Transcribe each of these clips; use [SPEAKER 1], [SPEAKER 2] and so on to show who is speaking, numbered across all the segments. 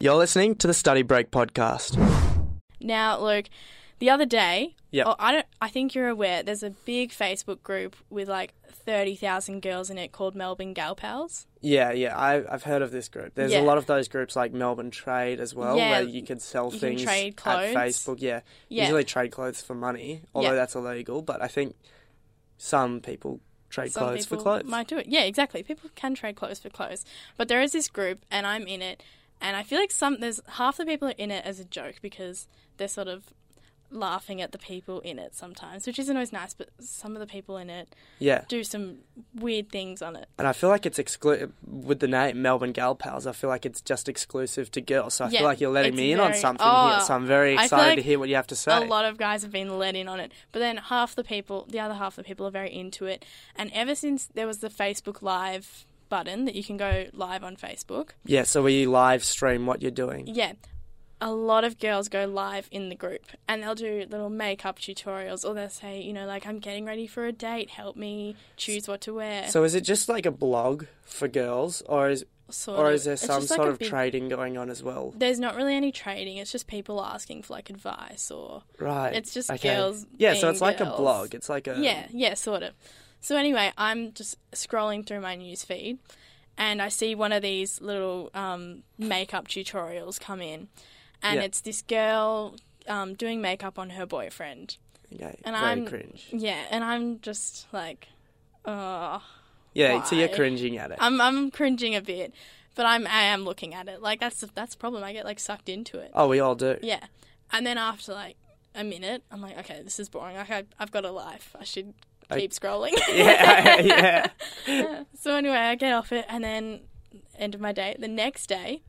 [SPEAKER 1] You're listening to the Study Break podcast.
[SPEAKER 2] Now, Luke, the other day,
[SPEAKER 1] Yep.
[SPEAKER 2] oh, I don't. I think you're aware. There's a big Facebook group with like thirty thousand girls in it called Melbourne Gal Pals.
[SPEAKER 1] Yeah, yeah, I, I've heard of this group. There's
[SPEAKER 2] Yeah.
[SPEAKER 1] a lot of those groups like Melbourne Trade as well,
[SPEAKER 2] Yeah,
[SPEAKER 1] where you can sell
[SPEAKER 2] you can
[SPEAKER 1] things
[SPEAKER 2] trade
[SPEAKER 1] at
[SPEAKER 2] clothes.
[SPEAKER 1] Facebook. Yeah,
[SPEAKER 2] Yeah.
[SPEAKER 1] usually trade clothes for money, although
[SPEAKER 2] Yeah.
[SPEAKER 1] that's illegal. But I think some people trade
[SPEAKER 2] Some
[SPEAKER 1] clothes for
[SPEAKER 2] people
[SPEAKER 1] clothes.
[SPEAKER 2] might do it. Yeah, exactly. People can trade clothes for clothes, but there is this group, and I'm in it. And I feel like some there's half the people are in it as a joke because they're sort of laughing at the people in it sometimes, which isn't always nice. But some of the people in it
[SPEAKER 1] Yeah,
[SPEAKER 2] do some weird things on it.
[SPEAKER 1] and I feel like it's exclusive with the name Melbourne Gal Pals. I feel like it's just exclusive to girls. So I
[SPEAKER 2] Yeah,
[SPEAKER 1] feel like you're letting
[SPEAKER 2] it's
[SPEAKER 1] me in on
[SPEAKER 2] very-
[SPEAKER 1] something
[SPEAKER 2] oh,
[SPEAKER 1] here. So I'm very
[SPEAKER 2] I feel
[SPEAKER 1] excited to
[SPEAKER 2] like
[SPEAKER 1] hear what you have to say.
[SPEAKER 2] a lot of guys have been let in on it. But then half the people, the other half of the people are very into it. And ever since there was the Facebook Live button that you can go live on Facebook,
[SPEAKER 1] yeah, so we live stream what you're doing.
[SPEAKER 2] yeah, a lot of girls go live in the group and they'll do little makeup tutorials or they'll say, you know, like, I'm getting ready for a date, help me choose what to wear.
[SPEAKER 1] So is it just like a blog for girls, or is
[SPEAKER 2] sort
[SPEAKER 1] or
[SPEAKER 2] of.
[SPEAKER 1] is there
[SPEAKER 2] It's
[SPEAKER 1] some
[SPEAKER 2] just
[SPEAKER 1] sort
[SPEAKER 2] like a
[SPEAKER 1] of
[SPEAKER 2] big-
[SPEAKER 1] trading going on as well?
[SPEAKER 2] There's not really any trading, it's just people asking for like advice or.
[SPEAKER 1] Right.
[SPEAKER 2] It's just girls
[SPEAKER 1] Yeah, so
[SPEAKER 2] being
[SPEAKER 1] it's like a
[SPEAKER 2] girls.
[SPEAKER 1] blog. It's like a
[SPEAKER 2] Yeah, yeah, sort of. So anyway, I'm just scrolling through my news feed, and I see one of these little um, makeup tutorials come in, and
[SPEAKER 1] Yeah.
[SPEAKER 2] it's this girl um, doing makeup on her boyfriend.
[SPEAKER 1] Okay, very
[SPEAKER 2] And I'm-
[SPEAKER 1] cringe.
[SPEAKER 2] Yeah, and I'm just like, oh,
[SPEAKER 1] Yeah, so you're
[SPEAKER 2] why?
[SPEAKER 1] cringing at it.
[SPEAKER 2] I'm I'm cringing a bit, but I'm I am looking at it. Like that's the, that's the problem. I get like sucked into it.
[SPEAKER 1] oh, we all do.
[SPEAKER 2] Yeah, and then after like a minute, I'm like, okay, this is boring. Like I, I've got a life. I should
[SPEAKER 1] I-
[SPEAKER 2] keep scrolling.
[SPEAKER 1] Yeah, yeah.
[SPEAKER 2] So anyway, I get off it, and then end of my day. The next day,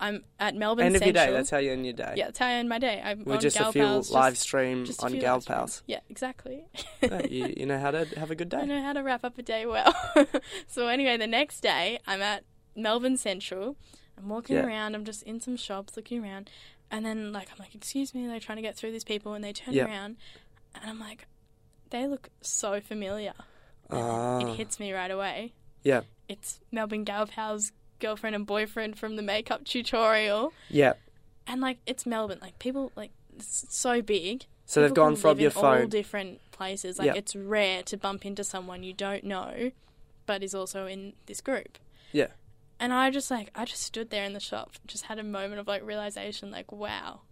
[SPEAKER 2] I'm at Melbourne
[SPEAKER 1] End of your
[SPEAKER 2] Central.
[SPEAKER 1] day. That's how you end your day.
[SPEAKER 2] yeah, that's how I end my day. I'm
[SPEAKER 1] With
[SPEAKER 2] on
[SPEAKER 1] just
[SPEAKER 2] Gal
[SPEAKER 1] a few
[SPEAKER 2] Pals, just-
[SPEAKER 1] live stream
[SPEAKER 2] just a
[SPEAKER 1] on
[SPEAKER 2] few
[SPEAKER 1] Gal
[SPEAKER 2] live streams.
[SPEAKER 1] Pals.
[SPEAKER 2] Yeah, exactly.
[SPEAKER 1] Yeah, you, you know how to have a good
[SPEAKER 2] I
[SPEAKER 1] day.
[SPEAKER 2] know how to wrap up a day well. so anyway, the next day, I'm at Melbourne Central. I'm walking
[SPEAKER 1] Yeah.
[SPEAKER 2] around. I'm just in some shops looking around, and then like I'm like, excuse me, they're trying to get through these people, and they turn
[SPEAKER 1] Yeah.
[SPEAKER 2] around, and I'm like, they look so familiar.
[SPEAKER 1] Ah,
[SPEAKER 2] It hits me right away.
[SPEAKER 1] yeah,
[SPEAKER 2] it's Melbourne Gal Pal's girlfriend and boyfriend from the makeup tutorial.
[SPEAKER 1] yeah.
[SPEAKER 2] And like it's Melbourne, like people like it's so big.
[SPEAKER 1] So they've
[SPEAKER 2] People can
[SPEAKER 1] gone from
[SPEAKER 2] live
[SPEAKER 1] your
[SPEAKER 2] in all
[SPEAKER 1] phone.
[SPEAKER 2] different places. Like
[SPEAKER 1] Yeah.
[SPEAKER 2] it's rare to bump into someone you don't know, but is also in this group.
[SPEAKER 1] Yeah.
[SPEAKER 2] And I just like I just stood there in the shop, just had a moment of like realization, like wow,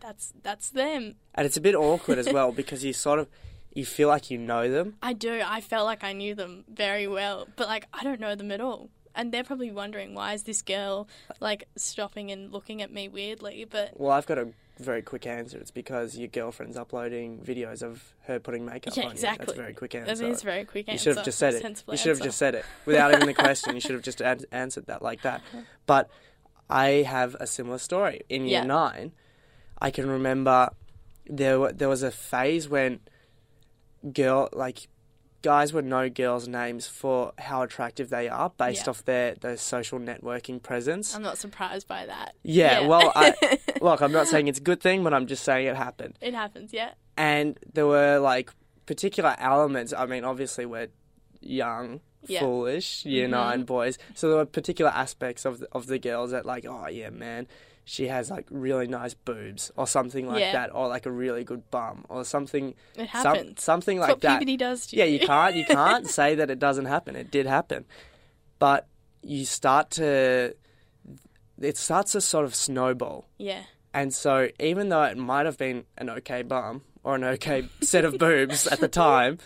[SPEAKER 2] that's that's them.
[SPEAKER 1] and it's a bit awkward as well because you sort of you feel like you know them.
[SPEAKER 2] I do. I felt like I knew them very well, but like I don't know them at all. And they're probably wondering why is this girl like stopping and looking at me weirdly, but
[SPEAKER 1] Well, I've got a very quick answer. It's because your girlfriend's uploading videos of her putting makeup
[SPEAKER 2] Yeah,
[SPEAKER 1] on you.
[SPEAKER 2] exactly.
[SPEAKER 1] That's a very quick
[SPEAKER 2] that
[SPEAKER 1] answer.
[SPEAKER 2] is a very quick
[SPEAKER 1] You
[SPEAKER 2] answer.
[SPEAKER 1] should have just said it.
[SPEAKER 2] Sensible
[SPEAKER 1] You should have
[SPEAKER 2] answer.
[SPEAKER 1] just said it without even the question. You should have just an- answered that like that. But I have a similar story in year
[SPEAKER 2] Yeah.
[SPEAKER 1] nine. I can remember there wa- there was a phase when girl like guys would know girls' names for how attractive they are based
[SPEAKER 2] Yeah.
[SPEAKER 1] off their their social networking presence.
[SPEAKER 2] I'm not surprised by that.
[SPEAKER 1] yeah,
[SPEAKER 2] yeah.
[SPEAKER 1] well, I, look, I'm not saying it's a good thing, but I'm just saying it happened
[SPEAKER 2] It happens, yeah.
[SPEAKER 1] and there were like particular elements. I mean, obviously we're young,
[SPEAKER 2] Yeah. Mm-hmm.
[SPEAKER 1] foolish, year nine boys, so there were particular aspects of the, of the girls that like, oh yeah, man, she has like really nice boobs or something like
[SPEAKER 2] Yeah.
[SPEAKER 1] that, or like a really good bum or something, some-
[SPEAKER 2] It happens.
[SPEAKER 1] something
[SPEAKER 2] That's
[SPEAKER 1] like
[SPEAKER 2] what
[SPEAKER 1] that.
[SPEAKER 2] puberty does to
[SPEAKER 1] Yeah,
[SPEAKER 2] you.
[SPEAKER 1] you can't you can't say that it doesn't happen. It did happen, but you start to it starts to sort of snowball.
[SPEAKER 2] yeah.
[SPEAKER 1] And so, even though it might have been an okay bum or an okay set of boobs at the time,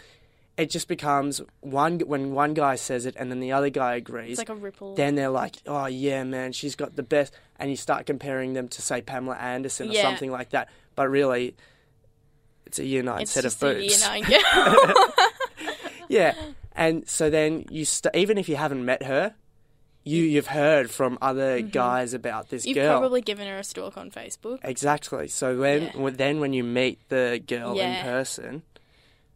[SPEAKER 1] it just becomes one when one guy says it and then the other guy agrees.
[SPEAKER 2] It's like a ripple.
[SPEAKER 1] then they're like, "Oh yeah, man, she's got the best," and you start comparing them to say Pamela Anderson or
[SPEAKER 2] Yeah.
[SPEAKER 1] something like that. But really, it's a year nine
[SPEAKER 2] it's
[SPEAKER 1] set
[SPEAKER 2] just
[SPEAKER 1] of
[SPEAKER 2] a
[SPEAKER 1] boobs.
[SPEAKER 2] year nine girl.
[SPEAKER 1] Yeah, and so then you st- even if you haven't met her, you you've heard from other guys about this
[SPEAKER 2] Mm-hmm. You've
[SPEAKER 1] girl.
[SPEAKER 2] probably given her a stalk on Facebook.
[SPEAKER 1] Exactly. So when
[SPEAKER 2] Yeah.
[SPEAKER 1] when- then when you meet the girl in
[SPEAKER 2] Yeah.
[SPEAKER 1] person,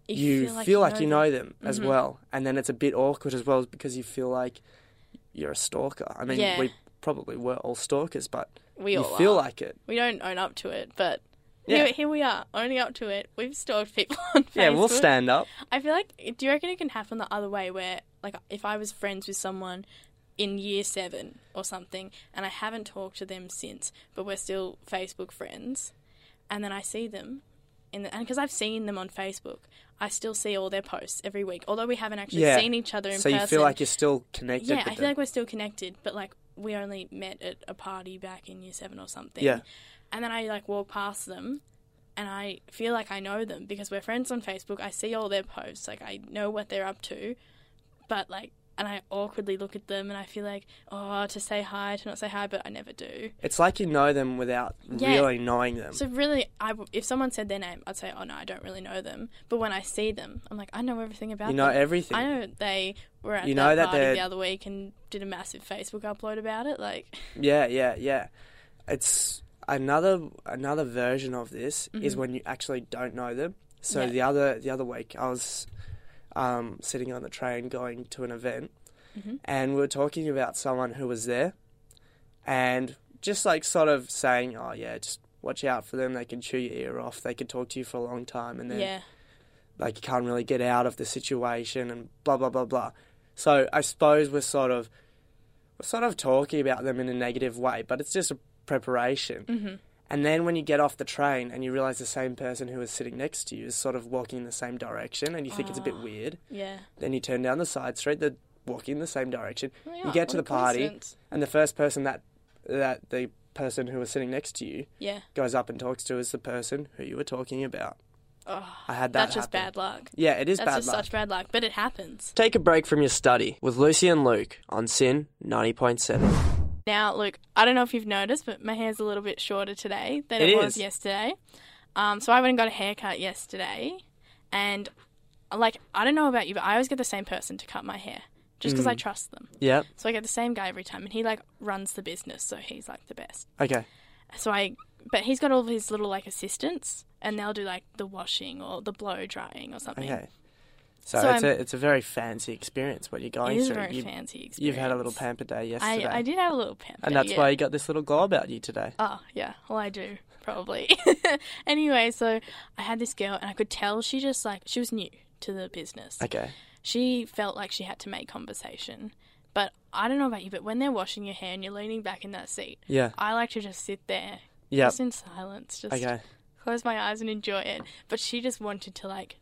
[SPEAKER 2] You,
[SPEAKER 1] you feel like you, know,
[SPEAKER 2] them. Mm-hmm.
[SPEAKER 1] them, as well, and then it's a bit awkward as well because you feel like you're a stalker. I mean,
[SPEAKER 2] Yeah.
[SPEAKER 1] we probably were all stalkers, but
[SPEAKER 2] We
[SPEAKER 1] you
[SPEAKER 2] all
[SPEAKER 1] feel
[SPEAKER 2] are.
[SPEAKER 1] like it.
[SPEAKER 2] we don't own up to it, but
[SPEAKER 1] Yeah.
[SPEAKER 2] here, here we are, owning up to it. We've stalked people on Facebook.
[SPEAKER 1] Yeah, we'll stand up.
[SPEAKER 2] I feel like do you reckon it can happen the other way where like if I was friends with someone in year seven or something, and I haven't talked to them since, but we're still Facebook friends. And then I see them, in the, and because I've seen them on Facebook, I still see all their posts every week, although we haven't actually
[SPEAKER 1] Yeah.
[SPEAKER 2] seen each other in
[SPEAKER 1] So
[SPEAKER 2] person.
[SPEAKER 1] you feel like you're still connected
[SPEAKER 2] yeah,
[SPEAKER 1] with
[SPEAKER 2] I feel
[SPEAKER 1] them.
[SPEAKER 2] like we're still connected, but like we only met at a party back in year seven or something.
[SPEAKER 1] Yeah.
[SPEAKER 2] And then I like walk past them and I feel like I know them because we're friends on Facebook. I see all their posts, like I know what they're up to, but like, and I awkwardly look at them and I feel like, oh, to say hi, to not say hi, but I never do.
[SPEAKER 1] It's like you know them without
[SPEAKER 2] Yeah.
[SPEAKER 1] really knowing them.
[SPEAKER 2] So really, I w- if someone said their name, I'd say, oh no, I don't really know them. But when I see them, I'm like, I know everything about
[SPEAKER 1] you know
[SPEAKER 2] them.
[SPEAKER 1] everything.
[SPEAKER 2] I know that they were at
[SPEAKER 1] You
[SPEAKER 2] that
[SPEAKER 1] know that
[SPEAKER 2] party
[SPEAKER 1] they're-
[SPEAKER 2] the other week and did a massive Facebook upload about it. Like,
[SPEAKER 1] Yeah, yeah, yeah. It's another another version of this is when you actually don't know them. So
[SPEAKER 2] Yeah.
[SPEAKER 1] the other the other week I was um, sitting on the train going to an event,
[SPEAKER 2] Mhm.
[SPEAKER 1] and we were talking about someone who was there, and just like sort of saying, "Oh yeah, just watch out for them. They can chew your ear off. They can talk to you for a long time, and then
[SPEAKER 2] yeah,
[SPEAKER 1] like you can't really get out of the situation and blah blah blah blah. So I suppose we're sort of we're sort of talking about them in a negative way, but it's just a preparation.
[SPEAKER 2] Mhm.
[SPEAKER 1] And then when you get off the train and you realize the same person who was sitting next to you is sort of walking in the same direction, and you think it's a bit
[SPEAKER 2] Ah.
[SPEAKER 1] weird,
[SPEAKER 2] yeah.
[SPEAKER 1] then you turn down the side street, they're walking in the same direction,
[SPEAKER 2] Oh my
[SPEAKER 1] You
[SPEAKER 2] God,
[SPEAKER 1] get to
[SPEAKER 2] what a
[SPEAKER 1] the party.
[SPEAKER 2] coincidence.
[SPEAKER 1] and the first person that that the person who was sitting next to you
[SPEAKER 2] Yeah.
[SPEAKER 1] goes up and talks to is the person who you were talking about.
[SPEAKER 2] Oh,
[SPEAKER 1] I had that.
[SPEAKER 2] that's just
[SPEAKER 1] happen.
[SPEAKER 2] bad luck.
[SPEAKER 1] Yeah, it is
[SPEAKER 2] That's
[SPEAKER 1] bad
[SPEAKER 2] just
[SPEAKER 1] luck.
[SPEAKER 2] such bad luck, but it happens.
[SPEAKER 1] Take a break from your study with Lucy and Luke on Sin 90.7.
[SPEAKER 2] Now, look, I don't know if you've noticed, but my hair's a little bit shorter today than it,
[SPEAKER 1] It
[SPEAKER 2] was
[SPEAKER 1] is.
[SPEAKER 2] yesterday. Um, so I went and got a haircut yesterday, and like I don't know about you, but I always get the same person to cut my hair just
[SPEAKER 1] Mm.
[SPEAKER 2] because I trust them.
[SPEAKER 1] Yep.
[SPEAKER 2] So I get the same guy every time, and he like runs the business, so he's like the best.
[SPEAKER 1] Okay.
[SPEAKER 2] So I, but he's got all of his little like assistants, and they'll do like the washing or the blow drying or something.
[SPEAKER 1] Okay. So,
[SPEAKER 2] So
[SPEAKER 1] it's
[SPEAKER 2] I'm-
[SPEAKER 1] a it's a very fancy experience what you're going
[SPEAKER 2] It is a
[SPEAKER 1] through.
[SPEAKER 2] very
[SPEAKER 1] you,
[SPEAKER 2] fancy experience.
[SPEAKER 1] Oh, You've had a little pamper day yesterday,
[SPEAKER 2] I, I did have a little pamper.
[SPEAKER 1] and that's
[SPEAKER 2] yeah.
[SPEAKER 1] why you got this little glow about you today.
[SPEAKER 2] Oh yeah, well I do probably. anyway, so I had this girl, and I could tell she just like she was new to the business.
[SPEAKER 1] Okay.
[SPEAKER 2] She felt like she had to make conversation, but I don't know about you, but when they're washing your hair and you're leaning back in that seat,
[SPEAKER 1] Yeah.
[SPEAKER 2] I like to just sit there,
[SPEAKER 1] Yep.
[SPEAKER 2] just in silence, just
[SPEAKER 1] Okay.
[SPEAKER 2] close my eyes and enjoy it. But she just wanted to like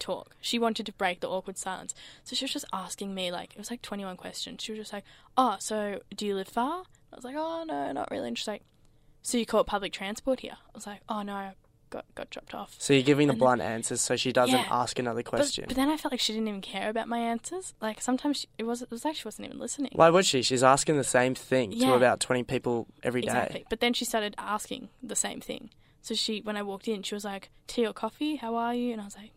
[SPEAKER 2] talk. She wanted to break the awkward silence. So she was just asking me like it was like twenty one questions. She was just like, Oh, so do you live far? I was like, Oh no, not really and she's like, So you caught public transport here? I was like, Oh no, I got got dropped off.
[SPEAKER 1] So you're giving the blunt answers so she doesn't
[SPEAKER 2] Yeah.
[SPEAKER 1] ask another
[SPEAKER 2] But,
[SPEAKER 1] question.
[SPEAKER 2] but then I felt like she didn't even care about my answers. Like sometimes she, it was it was like she wasn't even listening.
[SPEAKER 1] why would she? She's asking the same thing to
[SPEAKER 2] Yeah.
[SPEAKER 1] about 20 people every day.
[SPEAKER 2] Exactly. But then she started asking the same thing. So she, when I walked in, she was like, "Tea or coffee? How are you?" And I was like,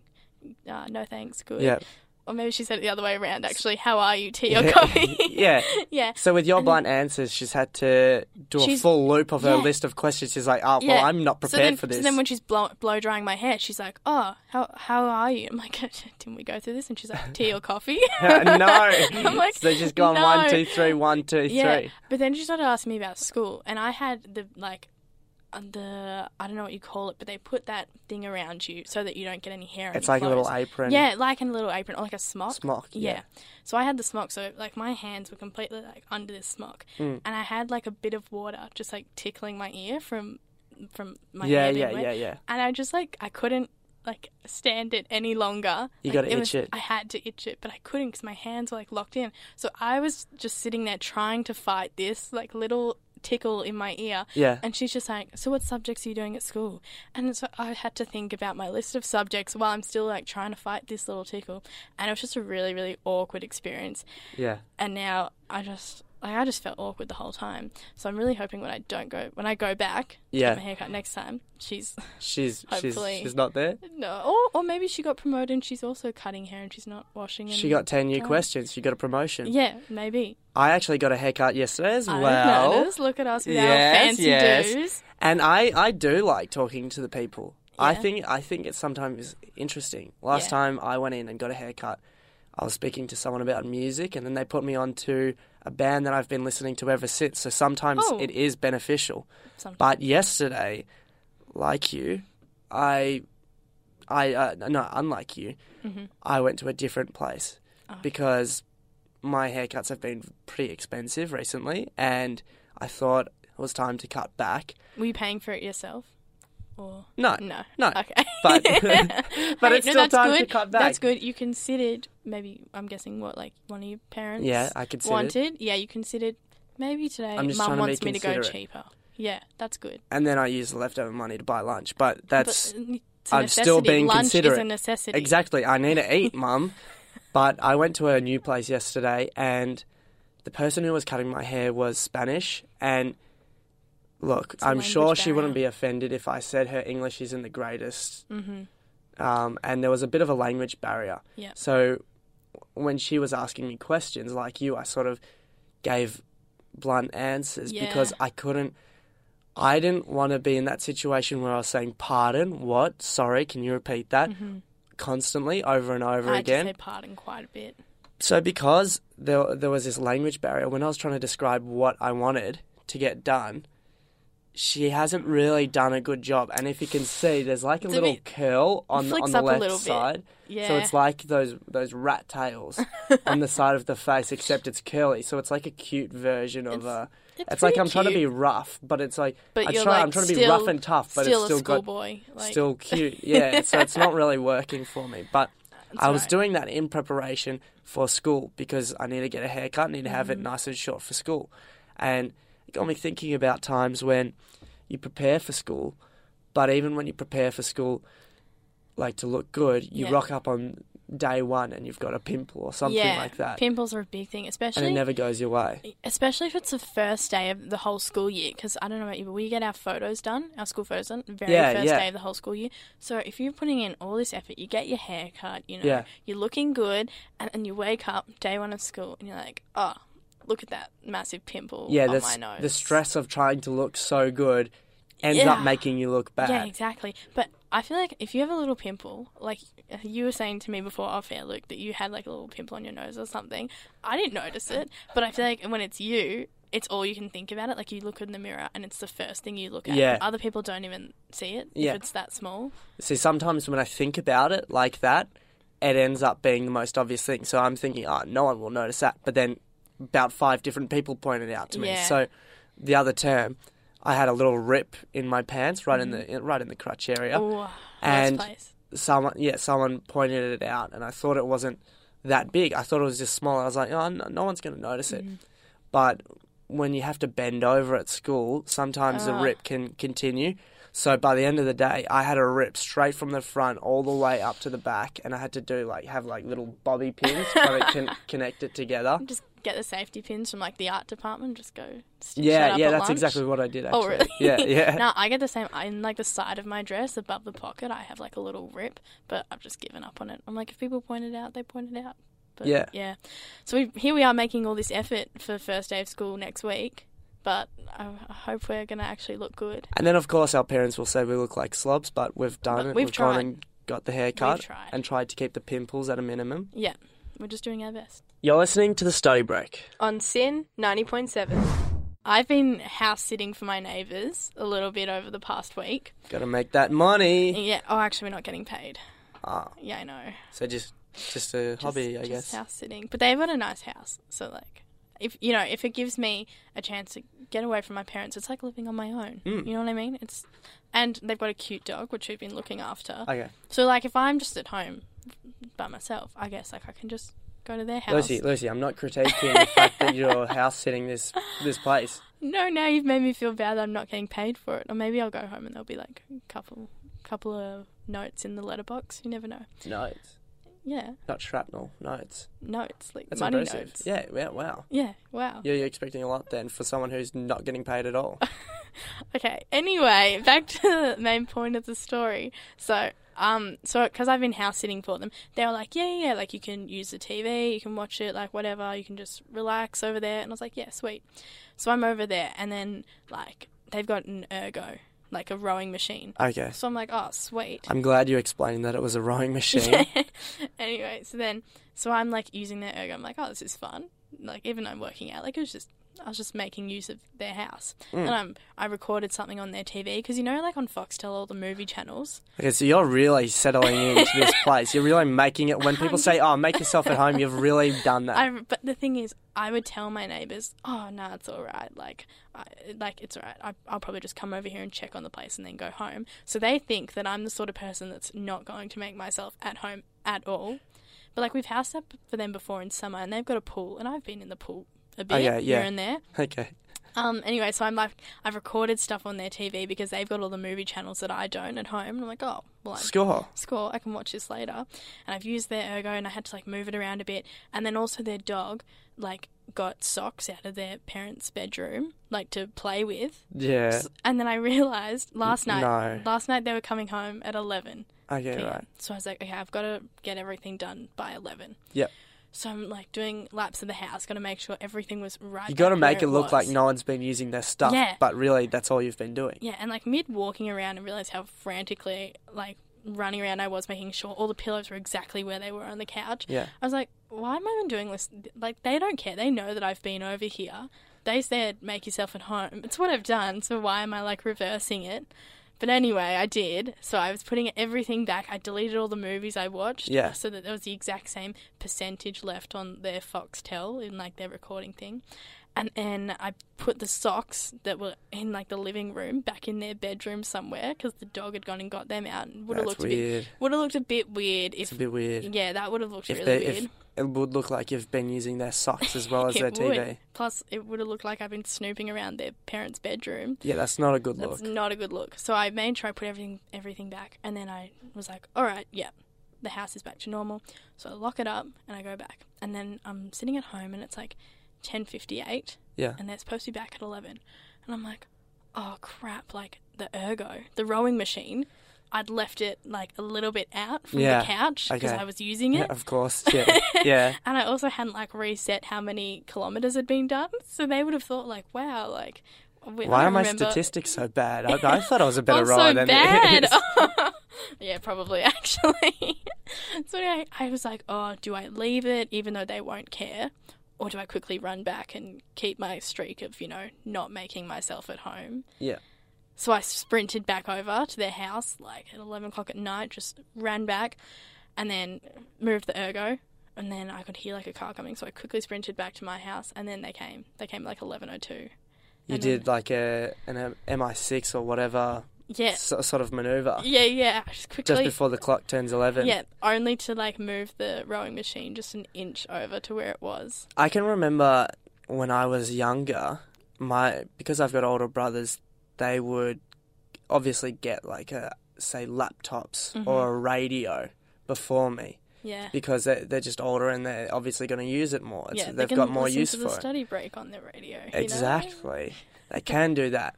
[SPEAKER 2] uh, "No thanks, good."
[SPEAKER 1] Yeah.
[SPEAKER 2] Or maybe she said it the other way around. Actually, how are you? Tea or
[SPEAKER 1] Yeah.
[SPEAKER 2] coffee?
[SPEAKER 1] yeah.
[SPEAKER 2] yeah.
[SPEAKER 1] So with your blunt answers, she's had to do a
[SPEAKER 2] She's-
[SPEAKER 1] full loop of her
[SPEAKER 2] yeah.
[SPEAKER 1] list of questions. She's like, "Oh,
[SPEAKER 2] Yeah.
[SPEAKER 1] well, I'm not
[SPEAKER 2] So
[SPEAKER 1] prepared
[SPEAKER 2] then,
[SPEAKER 1] for this."
[SPEAKER 2] So then when she's blow, blow drying my hair, she's like, "Oh, how how are you?" I'm like, "Didn't we go through this?" And she's like, "Tea or coffee?"
[SPEAKER 1] no.
[SPEAKER 2] I'm like,
[SPEAKER 1] so just go on
[SPEAKER 2] "No."
[SPEAKER 1] one, two, three, one, two, three.
[SPEAKER 2] Yeah, but then she started asking me about school, and I had the like uh, the I don't know what you call it, but they put that thing around you so that you don't get any hair. on
[SPEAKER 1] It's
[SPEAKER 2] your
[SPEAKER 1] like a little
[SPEAKER 2] clothes.
[SPEAKER 1] apron.
[SPEAKER 2] Yeah, like in a little apron or like a smock.
[SPEAKER 1] Smock.
[SPEAKER 2] Yeah.
[SPEAKER 1] Yeah.
[SPEAKER 2] So I had the smock, so like my hands were completely like under this smock,
[SPEAKER 1] Mm.
[SPEAKER 2] and I had like a bit of water just like tickling my ear from from my
[SPEAKER 1] yeah,
[SPEAKER 2] hair being
[SPEAKER 1] yeah,
[SPEAKER 2] wet.
[SPEAKER 1] yeah, yeah.
[SPEAKER 2] And I just like I couldn't like stand it any longer.
[SPEAKER 1] You
[SPEAKER 2] Like,
[SPEAKER 1] gotta itch
[SPEAKER 2] was,
[SPEAKER 1] it.
[SPEAKER 2] I had to itch it, but I couldn't because my hands were like locked in. So I was just sitting there trying to fight this like little tickle in my ear.
[SPEAKER 1] Yeah.
[SPEAKER 2] And she's just like, "So what subjects are you doing at school?" And so I had to think about my list of subjects while I'm still like trying to fight this little tickle, and it was just a really really awkward experience.
[SPEAKER 1] Yeah.
[SPEAKER 2] And now I just like I just felt awkward the whole time. So I'm really hoping when I don't go when I go back to
[SPEAKER 1] Yeah.
[SPEAKER 2] get my haircut next time, she's
[SPEAKER 1] She's she's
[SPEAKER 2] Hopefully.
[SPEAKER 1] she's not there.
[SPEAKER 2] no, or, or maybe she got promoted and she's also cutting hair and she's not washing. And
[SPEAKER 1] She got ten new
[SPEAKER 2] done.
[SPEAKER 1] questions. She got a promotion.
[SPEAKER 2] Mm, Yeah, maybe.
[SPEAKER 1] I actually got a haircut yesterday as
[SPEAKER 2] I
[SPEAKER 1] well.
[SPEAKER 2] noticed. Look at us with
[SPEAKER 1] Yes,
[SPEAKER 2] our fancy
[SPEAKER 1] yes.
[SPEAKER 2] do's.
[SPEAKER 1] And I, I do like talking to the people. I
[SPEAKER 2] Yeah.
[SPEAKER 1] think I think it's sometimes interesting. Last
[SPEAKER 2] Yeah.
[SPEAKER 1] time I went in and got a haircut, I was speaking to someone about music and then they put me on to a band that I've been listening to ever since. So sometimes
[SPEAKER 2] Oh.
[SPEAKER 1] it is beneficial.
[SPEAKER 2] Sometimes.
[SPEAKER 1] But yesterday, like you, I,
[SPEAKER 2] Mm-hmm. Ah.
[SPEAKER 1] I uh, no, unlike you, I went to a different place because my haircuts have been pretty expensive recently, and I thought it was time to cut back.
[SPEAKER 2] Were you paying for it yourself? Or
[SPEAKER 1] No,
[SPEAKER 2] no.
[SPEAKER 1] no,
[SPEAKER 2] Okay.
[SPEAKER 1] but
[SPEAKER 2] Hey,
[SPEAKER 1] but it's
[SPEAKER 2] no,
[SPEAKER 1] still
[SPEAKER 2] that's
[SPEAKER 1] time to
[SPEAKER 2] good.
[SPEAKER 1] cut back.
[SPEAKER 2] That's good. You considered maybe I'm guessing what like one of your parents
[SPEAKER 1] Yeah, I considered.
[SPEAKER 2] wanted. Yeah, you considered maybe today
[SPEAKER 1] I'm just trying
[SPEAKER 2] mum
[SPEAKER 1] to
[SPEAKER 2] wants
[SPEAKER 1] be
[SPEAKER 2] me to go
[SPEAKER 1] considerate.
[SPEAKER 2] cheaper. Yeah, that's good.
[SPEAKER 1] And then I used the leftover money to buy lunch, but
[SPEAKER 2] But
[SPEAKER 1] that's
[SPEAKER 2] it's a
[SPEAKER 1] I'm still
[SPEAKER 2] necessity.
[SPEAKER 1] being
[SPEAKER 2] Lunch is a
[SPEAKER 1] considerate.
[SPEAKER 2] necessity.
[SPEAKER 1] Exactly. I need to eat, mum. But I went to a new place yesterday and the person who was cutting my hair was Spanish and look,
[SPEAKER 2] a
[SPEAKER 1] I'm
[SPEAKER 2] language
[SPEAKER 1] sure she
[SPEAKER 2] barrier.
[SPEAKER 1] wouldn't be offended if I said her English isn't the greatest.
[SPEAKER 2] hmm
[SPEAKER 1] Um, and there was a bit of a language barrier.
[SPEAKER 2] Yeah.
[SPEAKER 1] So when she was asking me questions like you, I sort of gave blunt answers
[SPEAKER 2] Yeah.
[SPEAKER 1] because I couldn't I didn't want to be in that situation where I was saying, Pardon, what? Sorry, can you repeat that?
[SPEAKER 2] hmm
[SPEAKER 1] constantly over and over
[SPEAKER 2] I had to
[SPEAKER 1] again.
[SPEAKER 2] say pardon quite a bit.
[SPEAKER 1] So because there there was this language barrier when I was trying to describe what I wanted to get done, she hasn't really done a good job. And if you can see, there's like a
[SPEAKER 2] It's a
[SPEAKER 1] little
[SPEAKER 2] bit-
[SPEAKER 1] curl on the,
[SPEAKER 2] flicks
[SPEAKER 1] on the
[SPEAKER 2] up a
[SPEAKER 1] left
[SPEAKER 2] little bit.
[SPEAKER 1] side.
[SPEAKER 2] Yeah.
[SPEAKER 1] So it's like those those rat tails on the side of the face, except it's curly. So it's like a cute version of
[SPEAKER 2] It's-
[SPEAKER 1] a.
[SPEAKER 2] it's,
[SPEAKER 1] It's like
[SPEAKER 2] pretty
[SPEAKER 1] I'm trying to
[SPEAKER 2] cute,
[SPEAKER 1] be rough, but it's like
[SPEAKER 2] But
[SPEAKER 1] I
[SPEAKER 2] you're
[SPEAKER 1] try,
[SPEAKER 2] like
[SPEAKER 1] I'm trying to
[SPEAKER 2] still,
[SPEAKER 1] be rough and tough, but
[SPEAKER 2] still
[SPEAKER 1] it's still
[SPEAKER 2] a
[SPEAKER 1] got
[SPEAKER 2] schoolboy. Like,
[SPEAKER 1] still cute. Yeah, so it's not really working for me, but.
[SPEAKER 2] it's
[SPEAKER 1] I was
[SPEAKER 2] alright.
[SPEAKER 1] doing that in preparation for school because I need to get a haircut, need to have
[SPEAKER 2] Mm-hmm.
[SPEAKER 1] it nice and short for school. And it got me thinking about times when you prepare for school, but even when you prepare for school, like to look good, you
[SPEAKER 2] Yeah.
[SPEAKER 1] rock up on day one and you've got a pimple or something
[SPEAKER 2] yeah,
[SPEAKER 1] like that.
[SPEAKER 2] Pimples are a big thing,
[SPEAKER 1] and
[SPEAKER 2] especially
[SPEAKER 1] it never goes your way.
[SPEAKER 2] especially if it's the first day of the whole school year because i don't know about you but we get our photos done our school photos done the very
[SPEAKER 1] Yeah,
[SPEAKER 2] first
[SPEAKER 1] yeah.
[SPEAKER 2] day of the whole school year so if you're putting in all this effort you get your hair cut you know
[SPEAKER 1] Yeah.
[SPEAKER 2] you're looking good and, and you wake up day one of school and you're like oh look at that massive pimple
[SPEAKER 1] Yeah,
[SPEAKER 2] on
[SPEAKER 1] that's
[SPEAKER 2] my nose
[SPEAKER 1] the stress of trying to look so good ends up
[SPEAKER 2] Yeah.
[SPEAKER 1] making you look bad.
[SPEAKER 2] yeah exactly but i feel like if you have a little pimple like you were saying to me before off air luke that you had like a little pimple on your nose or something i didn't notice it but i feel like when it's you it's all you can think about it like you look in the mirror and it's the first thing you look at
[SPEAKER 1] Yeah.
[SPEAKER 2] other people don't even see it
[SPEAKER 1] Yeah.
[SPEAKER 2] if it's that small
[SPEAKER 1] See, sometimes when I think about it like that, it ends up being the most obvious thing. So I'm thinking, oh, no one will notice that. But then about five different people pointed out to me.
[SPEAKER 2] Yeah.
[SPEAKER 1] So the other term, I had a little rip in my pants, right in the right in the crutch area.
[SPEAKER 2] Ooh,
[SPEAKER 1] And-
[SPEAKER 2] nice place
[SPEAKER 1] Someone, yeah, someone pointed it out, and I thought it wasn't that big. I thought it was just small. I was like, oh, no, no one's going to notice it.
[SPEAKER 2] Mm-hmm.
[SPEAKER 1] But when you have to bend over at school, sometimes the
[SPEAKER 2] Ah.
[SPEAKER 1] rip can continue. So by the end of the day, I had a rip straight from the front all the way up to the back, and I had to do like have like little bobby pins trying to con- connect it together.
[SPEAKER 2] just get the safety pins from like the art department just go stitch that
[SPEAKER 1] Yeah,
[SPEAKER 2] up
[SPEAKER 1] yeah,
[SPEAKER 2] at
[SPEAKER 1] that's
[SPEAKER 2] lunch.
[SPEAKER 1] exactly what I did. Actually.
[SPEAKER 2] Oh, really?
[SPEAKER 1] Yeah, yeah.
[SPEAKER 2] no, I get the same. In like the side of my dress, above the pocket, I have like a little rip, but I've just given up on it. I'm like, if people point it out, they point it out. But,
[SPEAKER 1] Yeah.
[SPEAKER 2] Yeah. So we, here we are making all this effort for first day of school next week, but I, I hope we're going to actually look good.
[SPEAKER 1] And then of course our parents will say we look like slobs, but we've done
[SPEAKER 2] But
[SPEAKER 1] it.
[SPEAKER 2] we've
[SPEAKER 1] gone
[SPEAKER 2] tried.
[SPEAKER 1] and got the
[SPEAKER 2] We've
[SPEAKER 1] haircut
[SPEAKER 2] tried.
[SPEAKER 1] and tried to keep the pimples at a minimum.
[SPEAKER 2] yeah. We're just doing our best.
[SPEAKER 1] You're listening to the study break.
[SPEAKER 3] on Sin 90.7.
[SPEAKER 2] I've been house sitting for my neighbours a little bit over the past week.
[SPEAKER 1] Got to make that money.
[SPEAKER 2] Yeah. Oh, actually, we're not getting paid.
[SPEAKER 1] Ah,
[SPEAKER 2] Yeah, I know.
[SPEAKER 1] so just just a
[SPEAKER 2] just-
[SPEAKER 1] hobby, I
[SPEAKER 2] just
[SPEAKER 1] guess.
[SPEAKER 2] house sitting. But they've got a nice house, so like, if you know, if it gives me a chance to get away from my parents, it's like living on my own.
[SPEAKER 1] Mm.
[SPEAKER 2] You know what I mean? It's, and they've got a cute dog which we've been looking after.
[SPEAKER 1] Okay,
[SPEAKER 2] so like, if I'm just at home by myself, I guess like I can just go to their house.
[SPEAKER 1] Lucy, Lucy, I'm not critiquing the fact that you're house sitting this this place.
[SPEAKER 2] No, now you've made me feel bad that I'm not getting paid for it. Or maybe I'll go home and there'll be like a couple, couple of notes in the letterbox. You never know.
[SPEAKER 1] No, it's
[SPEAKER 2] Yeah,
[SPEAKER 1] not shrapnel. No, it's
[SPEAKER 2] notes like
[SPEAKER 1] that's
[SPEAKER 2] money
[SPEAKER 1] impressive.
[SPEAKER 2] notes. Oh.
[SPEAKER 1] Yeah, yeah, wow.
[SPEAKER 2] Yeah, wow.
[SPEAKER 1] Yeah, you're expecting a lot then for someone who's not getting paid at all.
[SPEAKER 2] Okay. Anyway, back to the main point of the story. So, um, so because I've been house sitting for them, they were like, yeah, yeah, yeah, like you can use the TV, you can watch it, like whatever, you can just relax over there. And I was like, yeah, sweet. So I'm over there, and then like they've got an ergo, like a rowing machine.
[SPEAKER 1] Okay,
[SPEAKER 2] So I'm like, oh, sweet.
[SPEAKER 1] I'm glad you explained that it was a rowing machine.
[SPEAKER 2] anyway, so then, so I'm like using their ergo. I'm like, oh, this is fun. Like even though I'm working out, like it was just I was just making use of their house, and I'm I recorded something on their TV because you know, like on Foxtel, all the movie channels.
[SPEAKER 1] Okay, so you're really settling into this place. You're really making it. When people say, "Oh, make yourself at home," you've really done that.
[SPEAKER 2] I but the thing is, I would tell my neighbors, "Oh, no, it's all right. Like, I, like it's all right. I, I'll probably just come over here and check on the place and then go home." So they think that I'm the sort of person that's not going to make myself at home at all. But like we've house sat for them before in summer, and they've got a pool, and I've been in the pool a bit
[SPEAKER 1] Oh, yeah, yeah.
[SPEAKER 2] here and there.
[SPEAKER 1] Okay.
[SPEAKER 2] Um, anyway, so I'm like, I've recorded stuff on their TV because they've got all the movie channels that I don't at home. And I'm like, oh, well, I'm
[SPEAKER 1] Score.
[SPEAKER 2] score. I can watch this later. And I've used their ergo and I had to like move it around a bit. And then also their dog like got socks out of their parents' bedroom like to play with.
[SPEAKER 1] Yeah.
[SPEAKER 2] S- And then I realized last night
[SPEAKER 1] no.
[SPEAKER 2] last night they were coming home at 11
[SPEAKER 1] Okay,
[SPEAKER 2] p.m.
[SPEAKER 1] right.
[SPEAKER 2] So I was like, okay, I've got to get everything done by 11.
[SPEAKER 1] Yep.
[SPEAKER 2] So I'm like doing laps of the house, got to make sure everything was right.
[SPEAKER 1] You got to
[SPEAKER 2] back where
[SPEAKER 1] make it look like
[SPEAKER 2] was.
[SPEAKER 1] no one's been using their stuff,
[SPEAKER 2] Yeah.
[SPEAKER 1] but really, that's all you've been doing.
[SPEAKER 2] Yeah, and like mid walking around, I realized how frantically like running around I was, making sure all the pillows were exactly where they were on the couch.
[SPEAKER 1] Yeah.
[SPEAKER 2] I was like, why am I even doing this? Like, they don't care. They know that I've been over here. They said, make yourself at home. It's what I've done, so why am I like reversing it? But anyway, I did. So I was putting everything back. I deleted all the movies I watched.
[SPEAKER 1] Yeah.
[SPEAKER 2] So that there was the exact same percentage left on their Foxtel in like their recording thing. And then I put the socks that were in like the living room back in their bedroom somewhere because the dog had gone and got them out and would have
[SPEAKER 1] That's
[SPEAKER 2] looked a bit
[SPEAKER 1] weird.
[SPEAKER 2] would have looked a bit weird if
[SPEAKER 1] It's a bit weird.
[SPEAKER 2] yeah that would have looked
[SPEAKER 1] if
[SPEAKER 2] really
[SPEAKER 1] they,
[SPEAKER 2] weird.
[SPEAKER 1] if it would look like you've been using their socks as well as
[SPEAKER 2] It
[SPEAKER 1] their TV.
[SPEAKER 2] would. Plus, it would have looked like I've been snooping around their parents' bedroom.
[SPEAKER 1] Yeah, that's not a good
[SPEAKER 2] That's
[SPEAKER 1] look.
[SPEAKER 2] not a good look. So I made sure I put everything everything back, and then I was like, "All right, yeah, the house is back to normal." So I lock it up and I go back, and then I'm sitting at home, and it's like ten fifty eight,
[SPEAKER 1] Yeah.
[SPEAKER 2] and they're supposed to be back at eleven, and I'm like, "Oh crap!" Like the ergo, the rowing machine, I'd left it like a little bit out from
[SPEAKER 1] Yeah,
[SPEAKER 2] the couch because
[SPEAKER 1] okay.
[SPEAKER 2] I was using it.
[SPEAKER 1] Yeah, of course. Yeah. yeah.
[SPEAKER 2] And I also hadn't like reset how many kilometers had been done, so they would have thought like, "Wow, like." we- I
[SPEAKER 1] Why
[SPEAKER 2] don't
[SPEAKER 1] are my
[SPEAKER 2] remember-
[SPEAKER 1] statistics so bad? I, I thought I was a better
[SPEAKER 2] I'm
[SPEAKER 1] rower
[SPEAKER 2] Oh, so
[SPEAKER 1] than
[SPEAKER 2] bad.
[SPEAKER 1] it is.
[SPEAKER 2] yeah, probably actually. so anyway, I was like, "Oh, do I leave it, even though they won't care, or do I quickly run back and keep my streak of you know not making myself at home?"
[SPEAKER 1] Yeah.
[SPEAKER 2] So I sprinted back over to their house, like at 11 o'clock at night, just ran back and then moved the ergo. And then I could hear like a car coming, so I quickly sprinted back to my house. And then they came. They came like 11.02.
[SPEAKER 1] You
[SPEAKER 2] And
[SPEAKER 1] did like a an M- MI6 or whatever
[SPEAKER 2] Yeah.
[SPEAKER 1] so, sort of maneuver
[SPEAKER 2] Yeah, yeah. I Just quickly.
[SPEAKER 1] just before the clock turns 11.
[SPEAKER 2] Yeah, only to like move the rowing machine just an inch over to where it was.
[SPEAKER 1] I can remember when I was younger, my because I've got older brothers, they would obviously get like a say laptops
[SPEAKER 2] Mm-hmm.
[SPEAKER 1] or a radio before me
[SPEAKER 2] Yeah.
[SPEAKER 1] because they they're just older and they're obviously going to use it more. It's,
[SPEAKER 2] yeah, they
[SPEAKER 1] they've
[SPEAKER 2] can
[SPEAKER 1] got more
[SPEAKER 2] listen
[SPEAKER 1] use
[SPEAKER 2] to
[SPEAKER 1] for
[SPEAKER 2] the
[SPEAKER 1] it.
[SPEAKER 2] study break on the radio. you know?
[SPEAKER 1] Exactly. They can do that.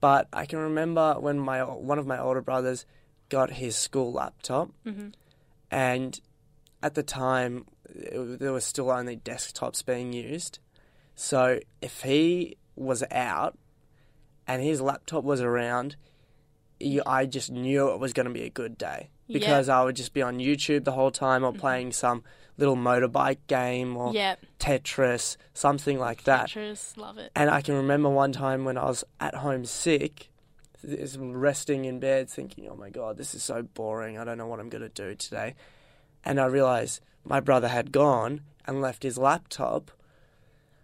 [SPEAKER 1] But I can remember when my one of my older brothers got his school laptop,
[SPEAKER 2] Mhm.
[SPEAKER 1] and at the time it, there were still only desktops being used. So if he was out and his laptop was around, you, I just knew it was going to be a good day
[SPEAKER 2] Yeah. Mm-hmm.
[SPEAKER 1] because I would just be on YouTube the whole time or playing some little motorbike game or
[SPEAKER 2] Yeah.
[SPEAKER 1] Tetris, something like Oh, that.
[SPEAKER 2] Tetris, love it.
[SPEAKER 1] And I can remember one time when I was at home sick, is resting in bed, thinking, "Oh my god, this is so boring. I don't know what I'm going to do today." And I realized my brother had gone and left his laptop.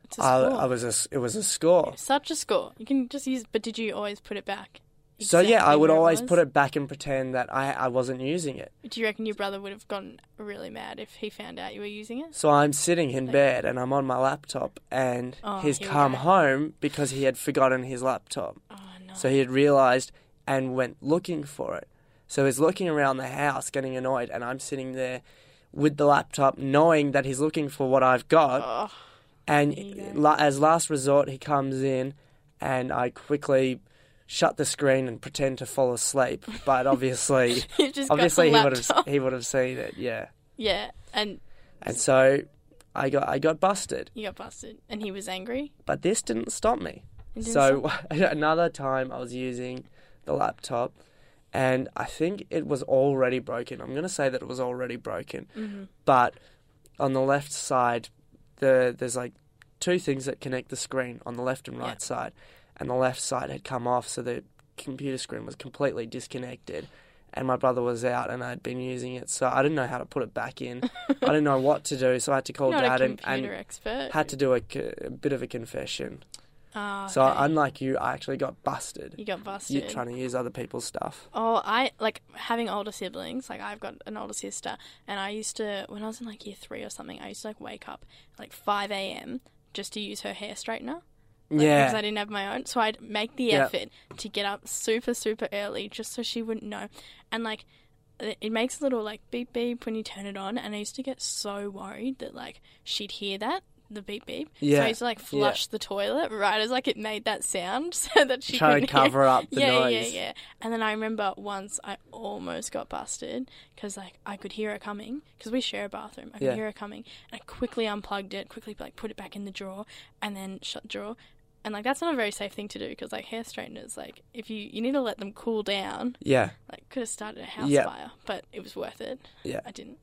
[SPEAKER 2] It's a
[SPEAKER 1] I,
[SPEAKER 2] score.
[SPEAKER 1] I was a s it was a score.
[SPEAKER 2] Such a score. You can just use, but did you always put it back?
[SPEAKER 1] so yeah, I
[SPEAKER 2] exactly
[SPEAKER 1] would
[SPEAKER 2] where
[SPEAKER 1] always
[SPEAKER 2] was?
[SPEAKER 1] put it back and pretend that I, I wasn't using it.
[SPEAKER 2] Do you reckon your brother would have gotten really mad if he found out you were using it?
[SPEAKER 1] So I'm sitting in bed and I'm on my laptop, and
[SPEAKER 2] Oh,
[SPEAKER 1] he's
[SPEAKER 2] here we
[SPEAKER 1] come
[SPEAKER 2] go.
[SPEAKER 1] home because he had forgotten his laptop.
[SPEAKER 2] Oh no.
[SPEAKER 1] So he had realized and went looking for it. So he's looking around the house, getting annoyed, and I'm sitting there with the laptop, knowing that he's looking for what I've got.
[SPEAKER 2] oh,
[SPEAKER 1] and
[SPEAKER 2] There you go.
[SPEAKER 1] la- as last resort, he comes in, and I quickly shut the screen and pretend to fall asleep. But obviously,
[SPEAKER 2] you just
[SPEAKER 1] obviously he
[SPEAKER 2] got the
[SPEAKER 1] would have
[SPEAKER 2] laptop.
[SPEAKER 1] he would have seen it, yeah.
[SPEAKER 2] Yeah, and
[SPEAKER 1] And so I got I got busted,
[SPEAKER 2] you got busted, and he was angry.
[SPEAKER 1] but this didn't stop me.
[SPEAKER 2] And didn't
[SPEAKER 1] So another time I was using the laptop and I think it was already broken. I'm going to say that it was
[SPEAKER 2] mm-hmm.
[SPEAKER 1] already broken. But on the left side the there's like two things that connect the screen on the left and right side, and the left side had come off, so the computer screen was completely disconnected. And my brother was out, and I'd been using it, so I didn't know how to put it back in. I didn't know what to do, so I had to call
[SPEAKER 2] Not
[SPEAKER 1] dad
[SPEAKER 2] a
[SPEAKER 1] and,
[SPEAKER 2] computer
[SPEAKER 1] and
[SPEAKER 2] expert.
[SPEAKER 1] had to do a, co- a bit of a confession.
[SPEAKER 2] Ah,
[SPEAKER 1] So
[SPEAKER 2] okay.
[SPEAKER 1] unlike you, I actually got busted.
[SPEAKER 2] you got
[SPEAKER 1] You
[SPEAKER 2] busted.
[SPEAKER 1] trying to use other people's stuff.
[SPEAKER 2] Oh, I like having older siblings. Like I've got an older sister, and I used to when I was in like year three or something. I used to like wake up at, like five a.m. just to use her hair straightener. Like, Because I
[SPEAKER 1] yeah,
[SPEAKER 2] didn't have my own, so I'd make the
[SPEAKER 1] Yeah.
[SPEAKER 2] effort to get up super super early just so she wouldn't know. And like, it it makes a little like beep beep when you turn it on, and I used to get so worried that like she'd hear that. The beep beep. So
[SPEAKER 1] Yeah.
[SPEAKER 2] I used to like flush the toilet right as like it made that sound so that she
[SPEAKER 1] trying to
[SPEAKER 2] couldn't hear
[SPEAKER 1] cover up the
[SPEAKER 2] yeah,
[SPEAKER 1] noise.
[SPEAKER 2] yeah, yeah. And then I remember once I almost got busted because like I could hear her coming because we share a bathroom. I could
[SPEAKER 1] Yeah.
[SPEAKER 2] hear her coming, and I quickly unplugged it, quickly like put it back in the drawer, and then shut the drawer. And like that's not a very safe thing to do because like hair straighteners, like if you you need to let them cool down.
[SPEAKER 1] yeah.
[SPEAKER 2] Like could have started a house
[SPEAKER 1] Yeah.
[SPEAKER 2] fire, but it was worth it.
[SPEAKER 1] Yeah.
[SPEAKER 2] I didn't.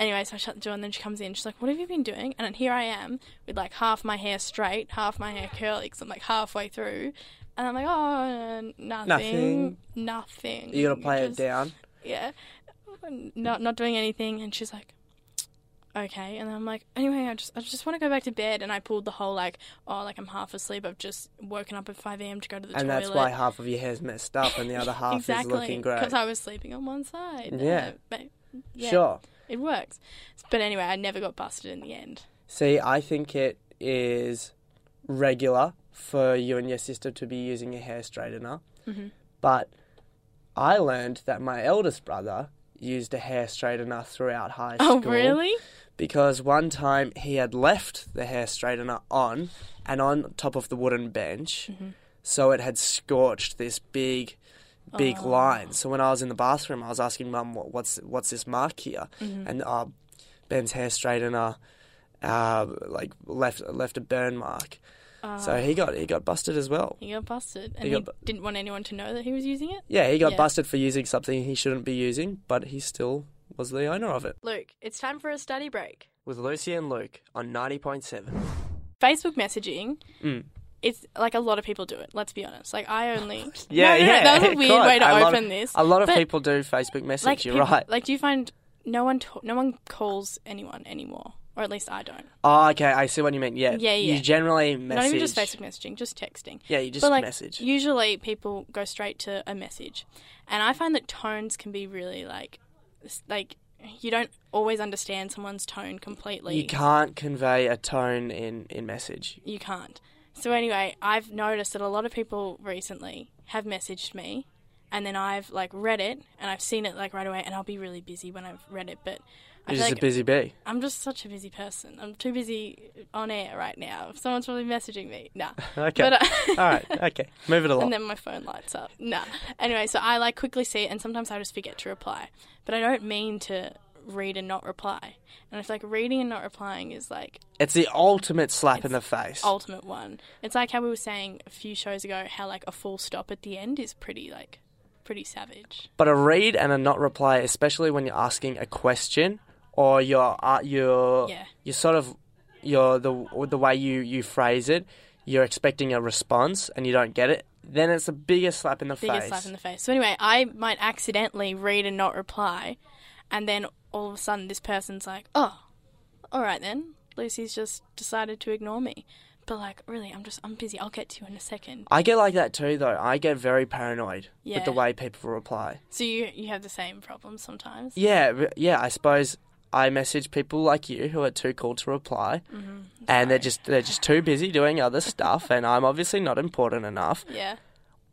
[SPEAKER 2] Anyway, so I shut the door and then she comes in. She's like, "What have you been doing?" And here I am with like half my hair straight, half my hair curly, because I'm like halfway through, and I'm like, "Oh, nothing,
[SPEAKER 1] Nothing.
[SPEAKER 2] nothing."
[SPEAKER 1] You gotta play it down.
[SPEAKER 2] Yeah, not not doing anything. And she's like, "Okay." And I'm like, "Anyway, I just I just want to go back to bed." And I pulled the whole like, "Oh, like I'm half asleep. I've just woken up at 5 a.m. to go to the
[SPEAKER 1] And
[SPEAKER 2] toilet."
[SPEAKER 1] that's why half of your hair's messed up and the other half
[SPEAKER 2] exactly,
[SPEAKER 1] is looking great.
[SPEAKER 2] because I was sleeping on one side.
[SPEAKER 1] Yeah.
[SPEAKER 2] Uh, but yeah.
[SPEAKER 1] Sure.
[SPEAKER 2] It works. But anyway, I never got busted in the end.
[SPEAKER 1] See, I think it is regular for you and your sister to be using a hair straightener.
[SPEAKER 2] Mhm.
[SPEAKER 1] But I learned that my eldest brother used a hair straightener throughout high
[SPEAKER 2] Oh,
[SPEAKER 1] school.
[SPEAKER 2] really?
[SPEAKER 1] Because one time he had left the hair straightener on and on top of the wooden bench. So it had scorched this big, big line. So when I was in the bathroom, I was asking mum, "What- what's, what's this mark here? And uh, Ben's hair straightener uh, like left left a burn mark. so he got he got busted as well.
[SPEAKER 2] Uh, He got busted, and
[SPEAKER 1] He
[SPEAKER 2] he,
[SPEAKER 1] got bu-
[SPEAKER 2] didn't want anyone to know that he was using it.
[SPEAKER 1] Yeah, he got
[SPEAKER 2] Yeah.
[SPEAKER 1] busted for using something he shouldn't be using, but he still was the owner of it.
[SPEAKER 3] Luke, it's time for a study break.
[SPEAKER 1] With Lucy and Luke on ninety point seven.
[SPEAKER 2] Facebook messaging.
[SPEAKER 1] Mm.
[SPEAKER 2] It's like a lot of people do it. Let's be honest. Like I only.
[SPEAKER 1] Yeah,
[SPEAKER 2] No, no, no,
[SPEAKER 1] yeah.
[SPEAKER 2] that was a
[SPEAKER 1] of
[SPEAKER 2] weird
[SPEAKER 1] course.
[SPEAKER 2] way to
[SPEAKER 1] a lot
[SPEAKER 2] open
[SPEAKER 1] of,
[SPEAKER 2] this.
[SPEAKER 1] A lot of
[SPEAKER 2] But,
[SPEAKER 1] people do Facebook message.
[SPEAKER 2] Like
[SPEAKER 1] you're
[SPEAKER 2] people-
[SPEAKER 1] right.
[SPEAKER 2] Like, do you find no one ta- no one calls anyone anymore, or at least I don't.
[SPEAKER 1] oh, okay, I see what you mean. Yeah,
[SPEAKER 2] Yeah, yeah.
[SPEAKER 1] You generally message.
[SPEAKER 2] Not even just Facebook messaging, just texting.
[SPEAKER 1] Yeah, you just
[SPEAKER 2] but like
[SPEAKER 1] message.
[SPEAKER 2] usually people go straight to a message and i find that tones can be really like s- like you don't always understand someone's tone completely
[SPEAKER 1] you can't convey a tone in in message.
[SPEAKER 2] You can't. so anyway i've noticed that a lot of people recently have messaged me and then i've like read it and i've seen it like right away and i'll be really busy when i've read it but I
[SPEAKER 1] You're just
[SPEAKER 2] feel like
[SPEAKER 1] a busy bee.
[SPEAKER 2] I'm just such a busy person. I'm too busy on air right now. If someone's probably messaging me, nah.
[SPEAKER 1] Okay.
[SPEAKER 2] But, uh,
[SPEAKER 1] All right. Okay. Move it along.
[SPEAKER 2] And then my phone lights up. No. Anyway, so I like quickly see it, and sometimes I just forget to reply. But I don't mean to read and not reply. And it's like reading and not replying is like
[SPEAKER 1] It's the ultimate slap in the face.
[SPEAKER 2] ultimate one. It's like how we were saying a few shows ago, how like a full stop at the end is pretty like pretty savage.
[SPEAKER 1] but a read and a not reply, especially when you're asking a question or you're uh, you're
[SPEAKER 2] Yeah.
[SPEAKER 1] you're sort of you're the or the way you you phrase it, you're expecting a response and you don't get it. Then it's the biggest slap in the
[SPEAKER 2] Biggest
[SPEAKER 1] face.
[SPEAKER 2] slap in the face. So anyway, I might accidentally read and not reply, and then all of a sudden this person's like, "Oh, all right then." Lucy's just decided to ignore me. But like, really, I'm just I'm busy. I'll get to you in a second.
[SPEAKER 1] I get like that too, though. I get very paranoid with the
[SPEAKER 2] Yeah.
[SPEAKER 1] way people reply.
[SPEAKER 2] So you you have the same problem sometimes.
[SPEAKER 1] Yeah, r- yeah. I suppose I message people like you who are too cool to reply,
[SPEAKER 2] Mm-hmm.
[SPEAKER 1] and they're just they're just too busy doing other stuff, and I'm obviously not important enough.
[SPEAKER 2] Yeah.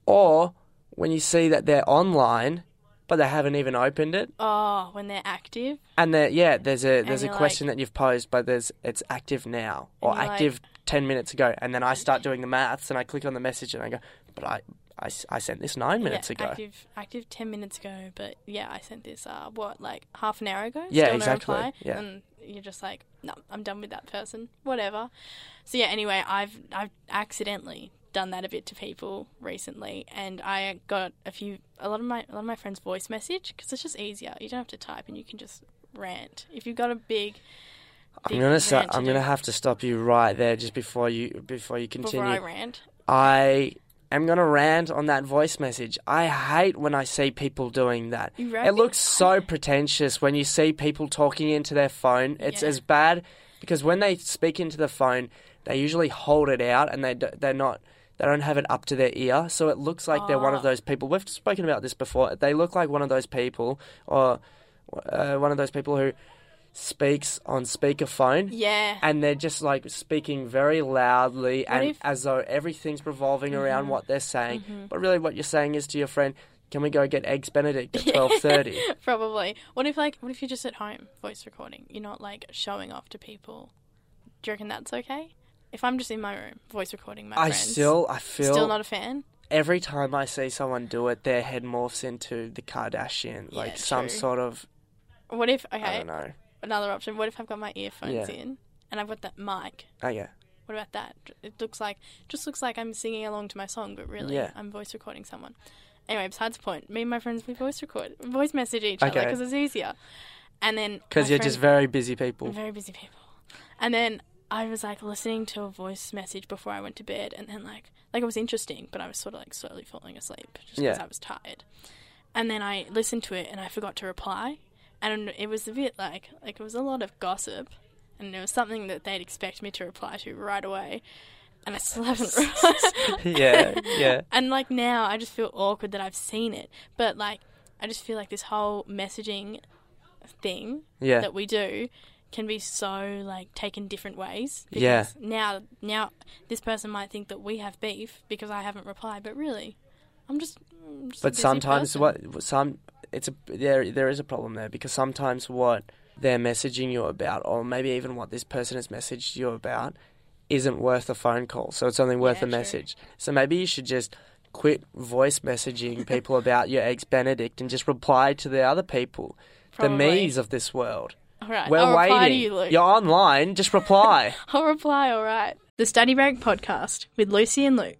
[SPEAKER 1] Or when you see that they're online, but they haven't even opened it,
[SPEAKER 2] Oh, when they're active.
[SPEAKER 1] and they're, yeah, there's a there's a
[SPEAKER 2] you're
[SPEAKER 1] question that you've posed, but there's it's active now or
[SPEAKER 2] And you're like-
[SPEAKER 1] active ten minutes ago, and then I start doing the maths and I click on the message and I go, but I I, s- I sent this nine minutes
[SPEAKER 2] yeah,
[SPEAKER 1] ago.
[SPEAKER 2] Active active ten minutes ago, but yeah, I sent this uh what, like half an hour ago?
[SPEAKER 1] Yeah,
[SPEAKER 2] Still
[SPEAKER 1] exactly,
[SPEAKER 2] No reply,
[SPEAKER 1] yeah.
[SPEAKER 2] And you're just like, No, I'm done with that person. Whatever. So yeah, anyway, I've I've accidentally done that a bit to people recently and I got a few a lot of my a lot of my friends voice message because it's just easier. You don't have to type and you can just rant. If you've got a big big
[SPEAKER 1] I'm gonna
[SPEAKER 2] rant
[SPEAKER 1] start,
[SPEAKER 2] to
[SPEAKER 1] I'm
[SPEAKER 2] do
[SPEAKER 1] gonna have to stop you right there just before you before you continue.
[SPEAKER 2] before I rant.
[SPEAKER 1] I am going to rant on that voice message. I hate when I see people doing that.
[SPEAKER 2] You
[SPEAKER 1] it
[SPEAKER 2] rant?
[SPEAKER 1] looks so pretentious when you see people talking into their phone. It's
[SPEAKER 2] Yeah.
[SPEAKER 1] as bad because when they speak into the phone, they usually hold it out and they d- they're not they don't have it up to their ear, so it looks like they're one of
[SPEAKER 2] Ah.
[SPEAKER 1] those people. We've spoken about this before. They look like one of those people or uh, one of those people who speaks on speakerphone
[SPEAKER 2] Yeah.
[SPEAKER 1] and they're just like speaking very loudly
[SPEAKER 2] What
[SPEAKER 1] and
[SPEAKER 2] if- Mm-hmm.
[SPEAKER 1] as though everything's revolving around what they're saying. But really, what you're saying is to your friend, "Can we go get eggs Benedict at twelve thirty?
[SPEAKER 2] Probably. What if like what if you're just at home voice recording? You're not like showing off to people. Do you reckon that's okay? If I'm just in my room voice recording my
[SPEAKER 1] I
[SPEAKER 2] friends,
[SPEAKER 1] still, I feel
[SPEAKER 2] still not a fan.
[SPEAKER 1] every time I see someone do it, their head morphs into the Kardashian,
[SPEAKER 2] Yeah,
[SPEAKER 1] like some
[SPEAKER 2] true.
[SPEAKER 1] sort of
[SPEAKER 2] What if
[SPEAKER 1] I
[SPEAKER 2] okay
[SPEAKER 1] don't know.
[SPEAKER 2] another option? What if I've got my earphones
[SPEAKER 1] Yeah.
[SPEAKER 2] in and I've got that mic?
[SPEAKER 1] Oh yeah,
[SPEAKER 2] What about that? It looks like just looks like I'm singing along to my song, but really
[SPEAKER 1] Yeah.
[SPEAKER 2] I'm voice recording someone. Anyway, besides the point, me and my friends we voice record, voice message each other
[SPEAKER 1] Okay.
[SPEAKER 2] because it's easier. And then
[SPEAKER 1] because
[SPEAKER 2] my
[SPEAKER 1] you're
[SPEAKER 2] friend-
[SPEAKER 1] just very busy people.
[SPEAKER 2] very busy people. And then I was like listening to a voice message before I went to bed, and then like like it was interesting, but I was sort of like slowly falling asleep just because
[SPEAKER 1] Yeah.
[SPEAKER 2] I was tired. And then I listened to it, and I forgot to reply, and it was a bit like like it was a lot of gossip, and it was something that they'd expect me to reply to right away, and I still haven't. replied.
[SPEAKER 1] yeah, yeah.
[SPEAKER 2] And like now, I just feel awkward that I've seen it, but like I just feel like this whole messaging thing
[SPEAKER 1] Yeah.
[SPEAKER 2] that we do can be so like taken different ways.
[SPEAKER 1] Yeah.
[SPEAKER 2] because Now, now this person might think that we have beef because I haven't replied, but really, I'm just. I'm just a
[SPEAKER 1] But
[SPEAKER 2] busy
[SPEAKER 1] sometimes
[SPEAKER 2] person.
[SPEAKER 1] what some it's a there there is a problem there because sometimes what they're messaging you about or maybe even what this person has messaged you about isn't worth a phone call. So it's only worth
[SPEAKER 2] Yeah,
[SPEAKER 1] a
[SPEAKER 2] true.
[SPEAKER 1] message. So maybe you should just quit voice messaging people about your eggs benedict and just reply to the other people. The
[SPEAKER 2] Probably.
[SPEAKER 1] me's of this world.
[SPEAKER 2] All right,
[SPEAKER 1] We're
[SPEAKER 2] I'll reply to
[SPEAKER 1] waiting.
[SPEAKER 2] you, Luke.
[SPEAKER 1] You're online, just reply.
[SPEAKER 2] I'll reply. All right. The Study Break podcast with Lucy and Luke.